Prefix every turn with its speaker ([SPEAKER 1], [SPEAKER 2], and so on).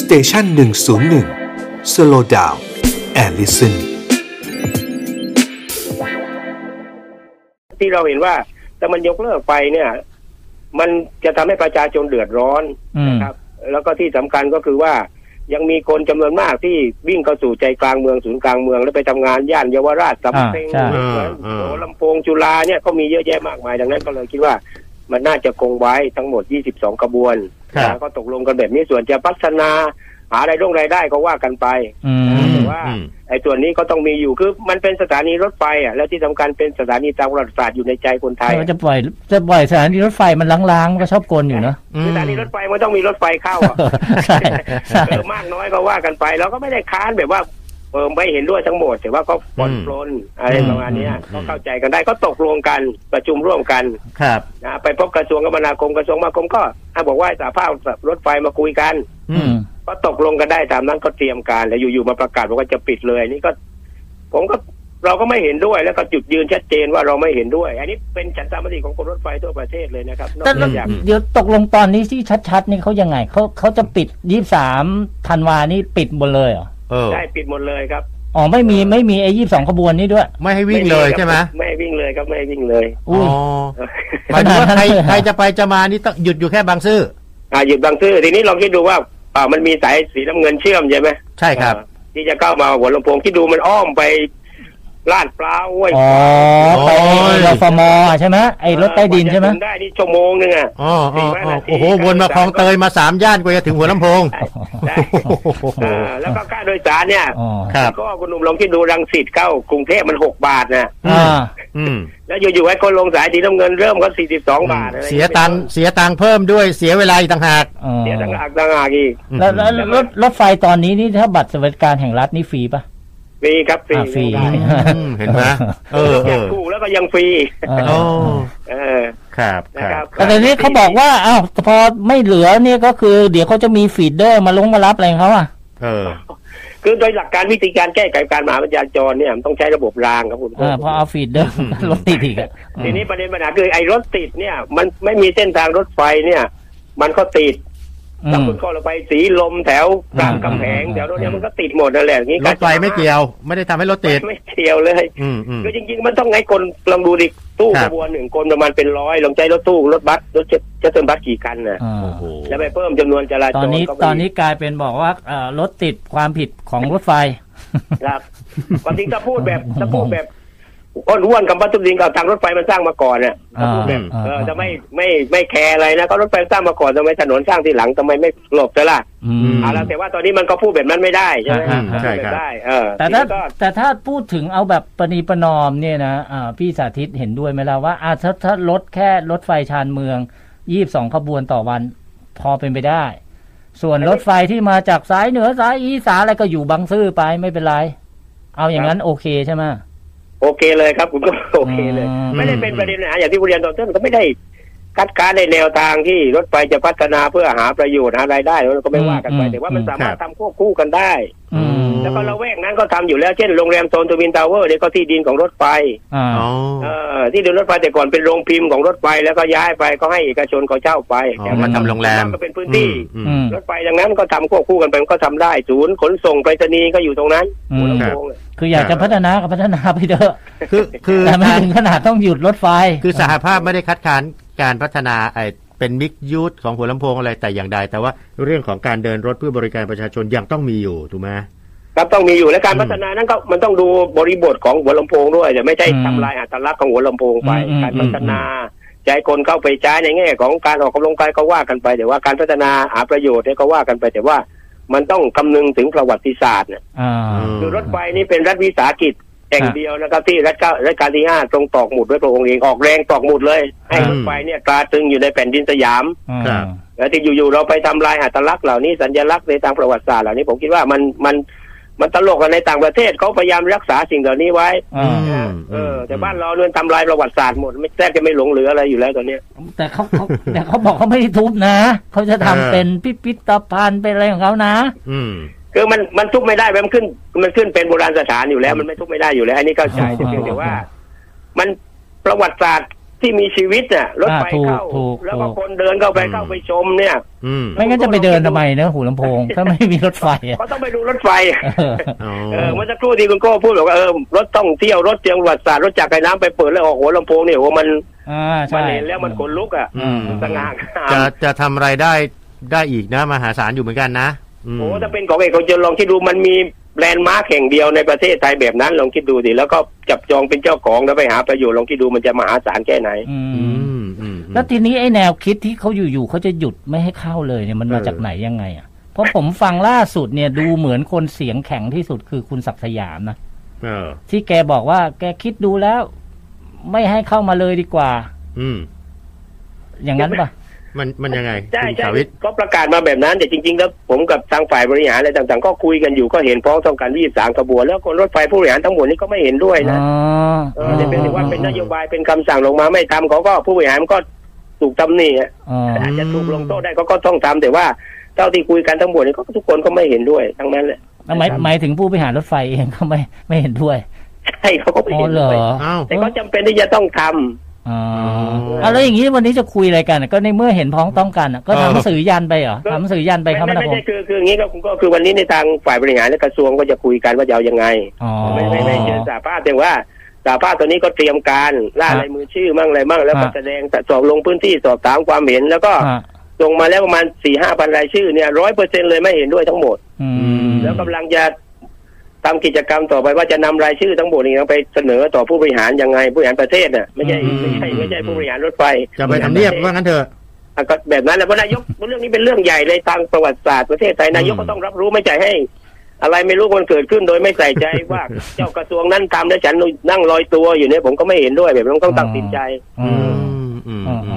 [SPEAKER 1] สเตชันหนึ่งศูนย์หนึ่งสโลดาวแอลลิสัน
[SPEAKER 2] ที่เราเห็นว่าถ้ามันยกเลิกไปเนี่ย มันจะทำให้ประชาชนเดือดร้อน
[SPEAKER 3] อืม
[SPEAKER 2] นะครับ แล้วก็ที่สำคัญก็คือว่า ยังมีคนจำนวนมากที่วิ่งเข้าสู่ใจกลางเมืองศูนย์กลางเมือง แล้วไปทำงานย่านเยาวราชสำเพ็ง
[SPEAKER 3] อ่าใช่
[SPEAKER 2] โหลำโพงจุฬาเนี่ยก็มีเยอะแยะมากมาย ดังนั้นก็เลยคิดว่ามันน่าจะคงไว้ทั้งหมด 22 กระบวน
[SPEAKER 3] ครับ
[SPEAKER 2] นะก็ตกลงกันแบบนี้ส่วนจะพัฒนาหารายร่งรายได้ก็ว่ากันไป
[SPEAKER 3] อืม
[SPEAKER 2] แต่ว่าไอ้ส่วนนี้ก็ต้องมีอยู่คือมันเป็นสถานีรถไฟอ่ะแล้วที่สำคัญเป็นสถานีตามประวัติศาสตร์อยู่ในใจคนไทย
[SPEAKER 3] เราจะปล่อยจะปล่อยสถานีรถไฟมันล้างๆมันก็ชอบกลอยู่เนอะ
[SPEAKER 2] คือสถานีรถไฟมันต้องมีรถไฟเข้าอ่ะ
[SPEAKER 3] ใช่ใช่
[SPEAKER 2] เออมากน้อยก็ว่ากันไปเราก็ไม่ได้ค้านแบบว่าเออไม่เห็นด้วยทั้งหมด แต่ว่าก็ปลน
[SPEAKER 4] อืม
[SPEAKER 2] ปลนอะไร
[SPEAKER 3] อืม
[SPEAKER 2] ประมาณเนี้ย
[SPEAKER 4] อืม
[SPEAKER 2] ก็เข้าใจกันได้ก็ตกลงกันประชุมร่วมกัน
[SPEAKER 3] ครับ
[SPEAKER 2] นะไปพบกระทรวงคมนาคมกระทรวงคมนาคมก็อ่ะบอกว่าสาภาพรถไฟมาคุยกัน
[SPEAKER 3] อืม
[SPEAKER 2] ก็ตกลงกันได้ตามนั้นก็เตรียมการแล้วอยู่ๆมาประกาศบอกว่าจะปิดเลยนี่ก็ ผมก็เราก็ไม่เห็นด้วยแล้วก็จุดยืนชัดเจนว่าเราไม่เห็นด้วย อันนี้เป็นฉันทามติของคนรถไฟทั่วประเทศเลยนะครับนอ
[SPEAKER 3] แต่
[SPEAKER 2] ก
[SPEAKER 3] เรา
[SPEAKER 2] จาก
[SPEAKER 3] เดี๋ยวตกลงตอนนี้ที่ชัดๆ นี่เขายังไงเขาเขาจะปิดยี่สามธันวานี่ปิดหมดเลยเหรอ
[SPEAKER 4] เออ
[SPEAKER 2] ได้ปิดหมดเลยครับ
[SPEAKER 3] อ๋อไม่มีไม่มีไอ้ยี่สองขบวนนี้ด้วย
[SPEAKER 4] ไม่ให้วิ่งเลยใช่ไหม
[SPEAKER 2] ไม่วิ่งเลยครับไม่วิ่งเลย
[SPEAKER 4] อ๋
[SPEAKER 3] อุ้
[SPEAKER 4] อย หมายถึงว่าใค
[SPEAKER 3] ขนาด
[SPEAKER 4] ร
[SPEAKER 3] นั้นเลยเหรอ
[SPEAKER 4] ใครจะไปจะมานี่ต้องหยุดอยู่แค่บางซื่อ
[SPEAKER 2] อ่าหยุดบางซื่อทีนี้ลองคิดดูว่าอ่ามันมีสายสีน้ำเงินเชื่อมใช่ไหม
[SPEAKER 4] ใช่ครับ
[SPEAKER 2] อ่าที่จะเข้ามาหัวลำโพงคิดดูมันอ้อมไปลาดปลาวห้วย
[SPEAKER 3] อ๋อไป
[SPEAKER 4] โอ้ย
[SPEAKER 3] รฟมใช่ไหมไอ้รถใต้ดินใช่ไหม
[SPEAKER 2] กว่าจะถึงได้นี่ชั่วโมงนึงอ่ะ
[SPEAKER 4] อ๋ออ๋ออ๋อ
[SPEAKER 2] สี่
[SPEAKER 4] โอ้โห
[SPEAKER 2] ห้านาที
[SPEAKER 4] วนมาคลองเตยมาสามย่านกว่าจะถึงหัวลำโพง
[SPEAKER 2] ได้
[SPEAKER 4] โอ้โห
[SPEAKER 2] อ่าแล้วก็ค่าโดยสารเนี่ย
[SPEAKER 3] อ๋อ
[SPEAKER 4] ครับ
[SPEAKER 2] ก็คุณหนุ่มลองคิดดูรังสิตเข้ากรุงเทพมันหกบาทนะ
[SPEAKER 3] อ่า
[SPEAKER 4] อืม
[SPEAKER 2] แล้วอยู่ๆให้คนลงสายสีน้ำเงินเริ่มก็สี่สิบสองบาทอะไร
[SPEAKER 4] เสียตังค์เสียตังค์เพิ่มด้วยเสียเวลาอีกต่างหาก
[SPEAKER 3] อ๋อ
[SPEAKER 2] เสียต่างหากต่างหากอีก
[SPEAKER 3] แล้วแล้วแล้วรถรถไฟตอนนี้นี่ถ้าบัตรสวัสดิการแห่งรัฐนี่ฟรีปะ
[SPEAKER 2] ฟรีครับฟรี
[SPEAKER 3] อ่าฟรี
[SPEAKER 4] อืมเห็นไหมเออเอ
[SPEAKER 2] อยาก
[SPEAKER 4] อ
[SPEAKER 2] ถูกแล้วก็ยังฟรี
[SPEAKER 3] เออ
[SPEAKER 4] โอ้
[SPEAKER 2] เออ
[SPEAKER 4] ครับ
[SPEAKER 2] นะค
[SPEAKER 4] ครั
[SPEAKER 2] รับบ
[SPEAKER 3] แต่เดี๋ยวนี้เขาบอกว่าอ้าวพอไม่เหลือเนี่ยก็คือ เดี๋ยวเขาจะมีฟีดเดอร์มาลงมารับอะไรของเขาอ่ะ
[SPEAKER 4] เออ
[SPEAKER 2] คือโดยหลักการวิธีการแก้ไขการมหาวิทยาจรเนี่ยมันต้องใช้ระบบรางครับคุณ
[SPEAKER 3] เออพอเอาฟีดเดอร์
[SPEAKER 4] อืม
[SPEAKER 3] รถติดอีกอะ
[SPEAKER 2] ทีนี้ประเด็นปัญหาคือไอ้รถติดเนี่ย มันไม่มีเส้นทางรถไฟเนี่ย มันก็ติด
[SPEAKER 3] อื
[SPEAKER 2] ถ้าม คุณก็เราไปสีลมแถวรามกำแพง
[SPEAKER 3] อืม
[SPEAKER 2] แถวรถเนี่ยมันก็ติดหมดนั่นแหละอย่างนี้
[SPEAKER 4] รถไฟไม่เกี่ยว ไม่ได้ทำให้รถติด
[SPEAKER 2] ไม่เกี่ยวเลย
[SPEAKER 4] อืมอืม
[SPEAKER 2] คือจริงๆ มันต้องไงคนลองดูดิตู้
[SPEAKER 4] ครั
[SPEAKER 2] ข
[SPEAKER 4] บ
[SPEAKER 2] บวนหนึ่งคนประมาณเป็นร้อยลองใจรถตู้รถบัสรถเจ็ตเจ็ตเติมบัสกี่คันน่ะ
[SPEAKER 3] อ่า
[SPEAKER 4] โอ้โห
[SPEAKER 2] แล้วไปเพิ่มจำนวนจราจร
[SPEAKER 3] ตอนนี้
[SPEAKER 2] เข้าไป
[SPEAKER 3] ตอนนี้กลายเป็นบอกว่าเอ่อรถติดความผิดของรถไฟ
[SPEAKER 2] ครับความจริงถ้าพูดแบบถ้าพูดแบบอ้อนอ้วนกับปัตตุลิงกับทางรถไฟมันสร้างมาก่อนน่ะถ้าพูดแบบ
[SPEAKER 3] อ่า
[SPEAKER 2] เออจะไม่ไม่ไม่แคร์อะไรนะก็รถไฟสร้างมาก่อนทำไมถนนสร้างทีหลังทำไมไม่หลบซะล่ะ
[SPEAKER 3] อืม
[SPEAKER 2] เอาละแต่ว่าตอนนี้มันก็พูดแบบนั้นไม่ได้ใช่ไหม
[SPEAKER 3] อ่า
[SPEAKER 4] ใช่ครับ
[SPEAKER 2] ได้เออ
[SPEAKER 3] แต่
[SPEAKER 2] ที
[SPEAKER 3] ถ้า
[SPEAKER 2] นี้ก็
[SPEAKER 3] แต่ถ้าพูดถึงเอาแบบประนีประนอมเนี่ยนะอ่าพี่สาธิตเห็นด้วยไหมล่ะว่าอาถ้าถ้าลดแค่รถไฟชานเมืองยี่บสองขบวนต่อวันพอเป็นไปได้ ส่วนรถไฟที่มาจากสายเหนือสายอีสานอะไรก็อยู่บางซื่อไปไม่เป็นไร เอาอย่างนั้นโอเคใช่ไหม
[SPEAKER 2] โอเคเลยครับผมก็ โอเคเลย
[SPEAKER 3] อืม
[SPEAKER 2] ไม่ได้เป็นประเด็นนะอย่างที่ผู้เรียนตอนต้นก็ไม่ได้คัดค้านในแนวทางที่รถไฟจะพัฒนาเพื่อหาประโยชน์หารายได้แล้วก็ไม่ว่ากันไปแต่ว่ามันสามารถทำควบคู่กันได้
[SPEAKER 3] อืม
[SPEAKER 2] แล้วก็ละแวกนั้นก็ทำอยู่แล้วเช่นโรงแรมโซนทวินทาวเวอร์เนี่ยก็ที่ดินของรถไฟ
[SPEAKER 3] อ่า
[SPEAKER 4] อ๋อ
[SPEAKER 2] เออที่ดินรถไฟแต่ก่อนเป็นโรงพิมพ์ของรถไฟแล้วก็ย้ายไปก็ให้เอกชนเขาเช่าไป
[SPEAKER 4] อ๋อมาทำโรงแรม
[SPEAKER 2] ก็เป็นพื้นที่
[SPEAKER 4] อืม
[SPEAKER 3] อืม
[SPEAKER 2] รถไฟดังนั้นก็ทำควบคู่กันไปมันก็ทำได้ศูนย์ขนส่งไปรษณีย์ก็อยู่ตรงนั้น
[SPEAKER 3] อืม
[SPEAKER 2] หัวลำโพงเนี่ย
[SPEAKER 3] คืออยากจะพัฒนาก็พัฒนาไปเถอะ
[SPEAKER 4] คือคือ
[SPEAKER 3] แต่ไม่
[SPEAKER 4] ทาง
[SPEAKER 3] ถึงขนาดต้องหยุดรถไฟ
[SPEAKER 4] คือสหภาพไม่ได้คัดค้านการพัฒนาไอเป็นมิกยูทของหัวลำโพงอะไรแต่อย่างใด แต่ว่าเรื่องของการเดินรถเพื่อบริการประชาชนยังต้องมีอยู่ถูกไหม
[SPEAKER 2] ครับต้องมีอยู่และการ
[SPEAKER 4] อืม
[SPEAKER 2] พัฒนานั้นก็มันต้องดูบริบทของหัวลำโพงด้วยแต่ไม่ใช่
[SPEAKER 3] อืม
[SPEAKER 2] ทำลายอัตลักษณ์ของหัวลำโพงไป
[SPEAKER 3] อืม
[SPEAKER 2] การพัฒนาใช้คนเข้าไปใช้ในแง่ของการออกกำลังกายก็ว่ากันไปแต่ว่าการพัฒนาหาประโยชน์เนี่ยก็ว่ากันไปแต่ว่า มันต้องคำนึงถึงประวัติศาสตร์เนี่ย
[SPEAKER 3] อ่า
[SPEAKER 4] ม
[SPEAKER 2] คือรถไฟนี่เป็นรัฐวิสาหกิจแห่ง
[SPEAKER 3] ครับ
[SPEAKER 2] เดียวนะครับที่รัฐเก้ารัชกาลที่ห้าทรงตอกหมุดด้วยพระองค์เองออกแรงตอกหมุดเลย ให้รถไฟเนี่ยตราตรึงอยู่ในแผ่นดินสยาม
[SPEAKER 4] ครับ
[SPEAKER 2] แล้วที่อยู่ๆเราไปทำลายอัตลักษณ์เหล่านี้สัญลักษณ์ในทางประวัติศาสตร์เหล่านี้ผมคิดว่ามันมันมันตลกกันในต่างประเทศเขาพยายามรักษาสิ่งเหล่านี้ไว้
[SPEAKER 3] อ่า
[SPEAKER 4] อืม
[SPEAKER 2] เออแต่บ้านเราเนี่ยทำลายประวัติศาสตร์หมดไม่แทบจะไม่หลงเหลืออะไรอยู่แล้วตอนเนี้ย
[SPEAKER 3] แต่เขาเขาแต่เขาบอกเขาไม่ได้ทุบนะ เขาจะทำ
[SPEAKER 4] เออ
[SPEAKER 3] เป็นพิพิธภัณฑ์เป็นอะไรของเขานะ
[SPEAKER 4] อืม
[SPEAKER 2] คือมันมันทุบไม่ได้มันขึ้น มันขึ้นเป็นโบราณสถานอยู่แล้ว มันไม่ทุบไม่ได้อยู่แล้วอันนี้เข้าใจแต่เพียงแต่ว่า มันประวัติศาสตร์ ที่มีชีวิตน่ะรถไฟ
[SPEAKER 3] อ่าถูก
[SPEAKER 2] เข้า
[SPEAKER 3] ถูก
[SPEAKER 2] แล้วก็
[SPEAKER 3] ถูก
[SPEAKER 2] คนเดินเข้าไป
[SPEAKER 4] อืม
[SPEAKER 2] เข้าไปชมเนี่ย
[SPEAKER 4] อืม
[SPEAKER 3] ไม่งั้นจะไปเดินทำไมเนอะหูลำโพง ถ้าไม่มีรถไฟอะ
[SPEAKER 2] ก็ต้องไปดูรถไฟ
[SPEAKER 3] เออ
[SPEAKER 4] อ๋อ
[SPEAKER 2] เออเมื่อสักครู่ที่คุณโก้พูดบอกว่าเออรถท่องเที่ยวรถเตียงประวัติศาสตร์รถจักรยานน้ำไปเปิดแล้วออกหัวลำโพงเนี่ยโอ้โหมัน
[SPEAKER 3] อ่า
[SPEAKER 2] มั
[SPEAKER 3] ใช่
[SPEAKER 2] นเห็นแล้วมันขนลุกอ่ะ
[SPEAKER 4] อืม
[SPEAKER 2] สง่างาม
[SPEAKER 4] จะจะทำรายได้ได้อีกนะมหาศาลอยู่เหมือนกันนะม
[SPEAKER 2] โอ้ถ้าเป็นของเอกชนลองคิดดูมันมีแลนด์มาร์คแห่งเดียวในประเทศไทยแบบนั้นลองคิดดูดิแล้วก็จับจองเป็นเจ้าของแล้วไปหาประโยชน์ลองคิดดูมันจะมหาศาลแค่ไหน
[SPEAKER 3] อื
[SPEAKER 4] อื
[SPEAKER 3] ม
[SPEAKER 4] มอืม
[SPEAKER 3] แล้วทีนี้ไอ้แนวคิดที่เขาอยู่ๆเขาจะหยุดไม่ให้เข้าเลยเนี่ยมันมา
[SPEAKER 4] เออ
[SPEAKER 3] จากไหนยังไงอ่ะ เพราะผมฟังล่าสุดเนี่ยดูเหมือนคนเสียงแข็งที่สุดคือคุณศักดิ์สยามนะ
[SPEAKER 4] เออ
[SPEAKER 3] ที่แกบอกว่าแกคิดดูแล้ว ไม่ให้เข้ามาเลยดีกว่า
[SPEAKER 4] อืม
[SPEAKER 3] อย่างนั้นปะ
[SPEAKER 4] มันมันยังไง
[SPEAKER 2] ใช่
[SPEAKER 4] คุณ
[SPEAKER 2] ใช่
[SPEAKER 4] สาวิต
[SPEAKER 2] ก็ประกาศมาแบบนั้นแต่จริงๆ แล้วผมกับทางฝ่ายบริหารอะไรต่างๆ ก็คุยกันอยู่ก็เห็นพ้องต้องการยี่สามกระบวน แล้วคนรถไฟผู้บริหารทั้งหมดนี่ก็ไม่เห็นด้วย
[SPEAKER 3] อ๋
[SPEAKER 2] นะ
[SPEAKER 3] อ
[SPEAKER 2] เออเนี่ยเป็นถือว่าเป็นน
[SPEAKER 4] ได้
[SPEAKER 2] โยบายเป็นคำสั่งลงมาไม่ทำเขาก็ผู้บริหารก็ถูกตำหนิอะ
[SPEAKER 3] อ๋อ
[SPEAKER 2] อาจจะถูกลงโทษได้เขาก็ต้องทำแต่ว่าเท่าที่คุยกันทั้งหมดนี่ก็ทุกคนก็ไม่เห็นด้วย ทั้งนั้นแหละ
[SPEAKER 3] แล้วหมายหมายถึงผู้บริหารรถไฟเองก็ ไม่ไม่เห็นด้วย
[SPEAKER 2] ใช่เขาก็ไม่
[SPEAKER 3] อ๋อ
[SPEAKER 2] เห็น
[SPEAKER 3] เหร
[SPEAKER 2] ด้
[SPEAKER 3] อ
[SPEAKER 2] วย
[SPEAKER 4] อ้าว
[SPEAKER 2] แต่เขาจำเป็นที่จะต้องทำ
[SPEAKER 3] อ๋อเอาแล้วอย่างนี้วันนี้จะคุยอะไรกันอะก็ในเมื่อเห็นพ้องต้องกันอะก็
[SPEAKER 4] เออ
[SPEAKER 3] ทำหนังสือยันไปเหรอทำหนังสือยันไปค
[SPEAKER 2] ไม่
[SPEAKER 3] มนา
[SPEAKER 2] ไม่
[SPEAKER 3] คม
[SPEAKER 2] ใช่คือคืออย่างนี้ก็ก็คือวันนี้ในทางฝ่ายบริหารและกระทรวงก็จะคุยกันว่าจะเอายังไง
[SPEAKER 3] อ๋อ
[SPEAKER 2] ไม่ไม่ไม่เชิญสาภาพแต่ว่าสาภาพตัวนี้ก็เตรียมการล่า
[SPEAKER 3] ครับ
[SPEAKER 2] ลายมือชื่อมั่งอะไรมั่งแล้วก็
[SPEAKER 3] ฮะ
[SPEAKER 2] แสดงสอบลงพื้นที่สอบถามความเห็น แล้วก็
[SPEAKER 3] ฮะ
[SPEAKER 2] ส่งมาแล้วประมาณสี่ห้าพันรายชื่อเนี่ยร้อยเปอร์เซ็นเลยไม่เห็นด้วยทั้งหมด
[SPEAKER 3] อืม
[SPEAKER 2] แล้วกำลังจะทำกิจกรรมต่อไปว่าจะนำรายชื่อทั้งหมดนี้ไปเสนอต่อผู้บริหารยังไงผู้บริหารประเทศน่ะไม่ใช่
[SPEAKER 3] อืม
[SPEAKER 2] ไม่ใช่ไม่ใช่ผู้บริหารรถไฟ
[SPEAKER 4] จะไปทำเนียบว่างั้นเถอะ
[SPEAKER 2] อ่ะก็แบบนั้นแหละเพราะนายกเรื่องนี้เป็นเรื่องใหญ่ในทางประวัติศาสตร์ประเทศไทยนายก
[SPEAKER 4] อืม
[SPEAKER 2] ก็ต้องรับรู้ไม่ใช่ให้ อะไรไม่รู้มันเกิดขึ้นโดยไม่ใส่ใจว่า เจ้ากระทรวงนั้นทำแล้วฉันนั่งลอยตัวอยู่เนี่ยผมก็ไม่เห็นด้วยแบบนั้นต้องตัดสินใจ
[SPEAKER 3] อื
[SPEAKER 4] อื
[SPEAKER 3] ม
[SPEAKER 4] มอืม
[SPEAKER 3] อื
[SPEAKER 4] อื
[SPEAKER 3] ม
[SPEAKER 4] ม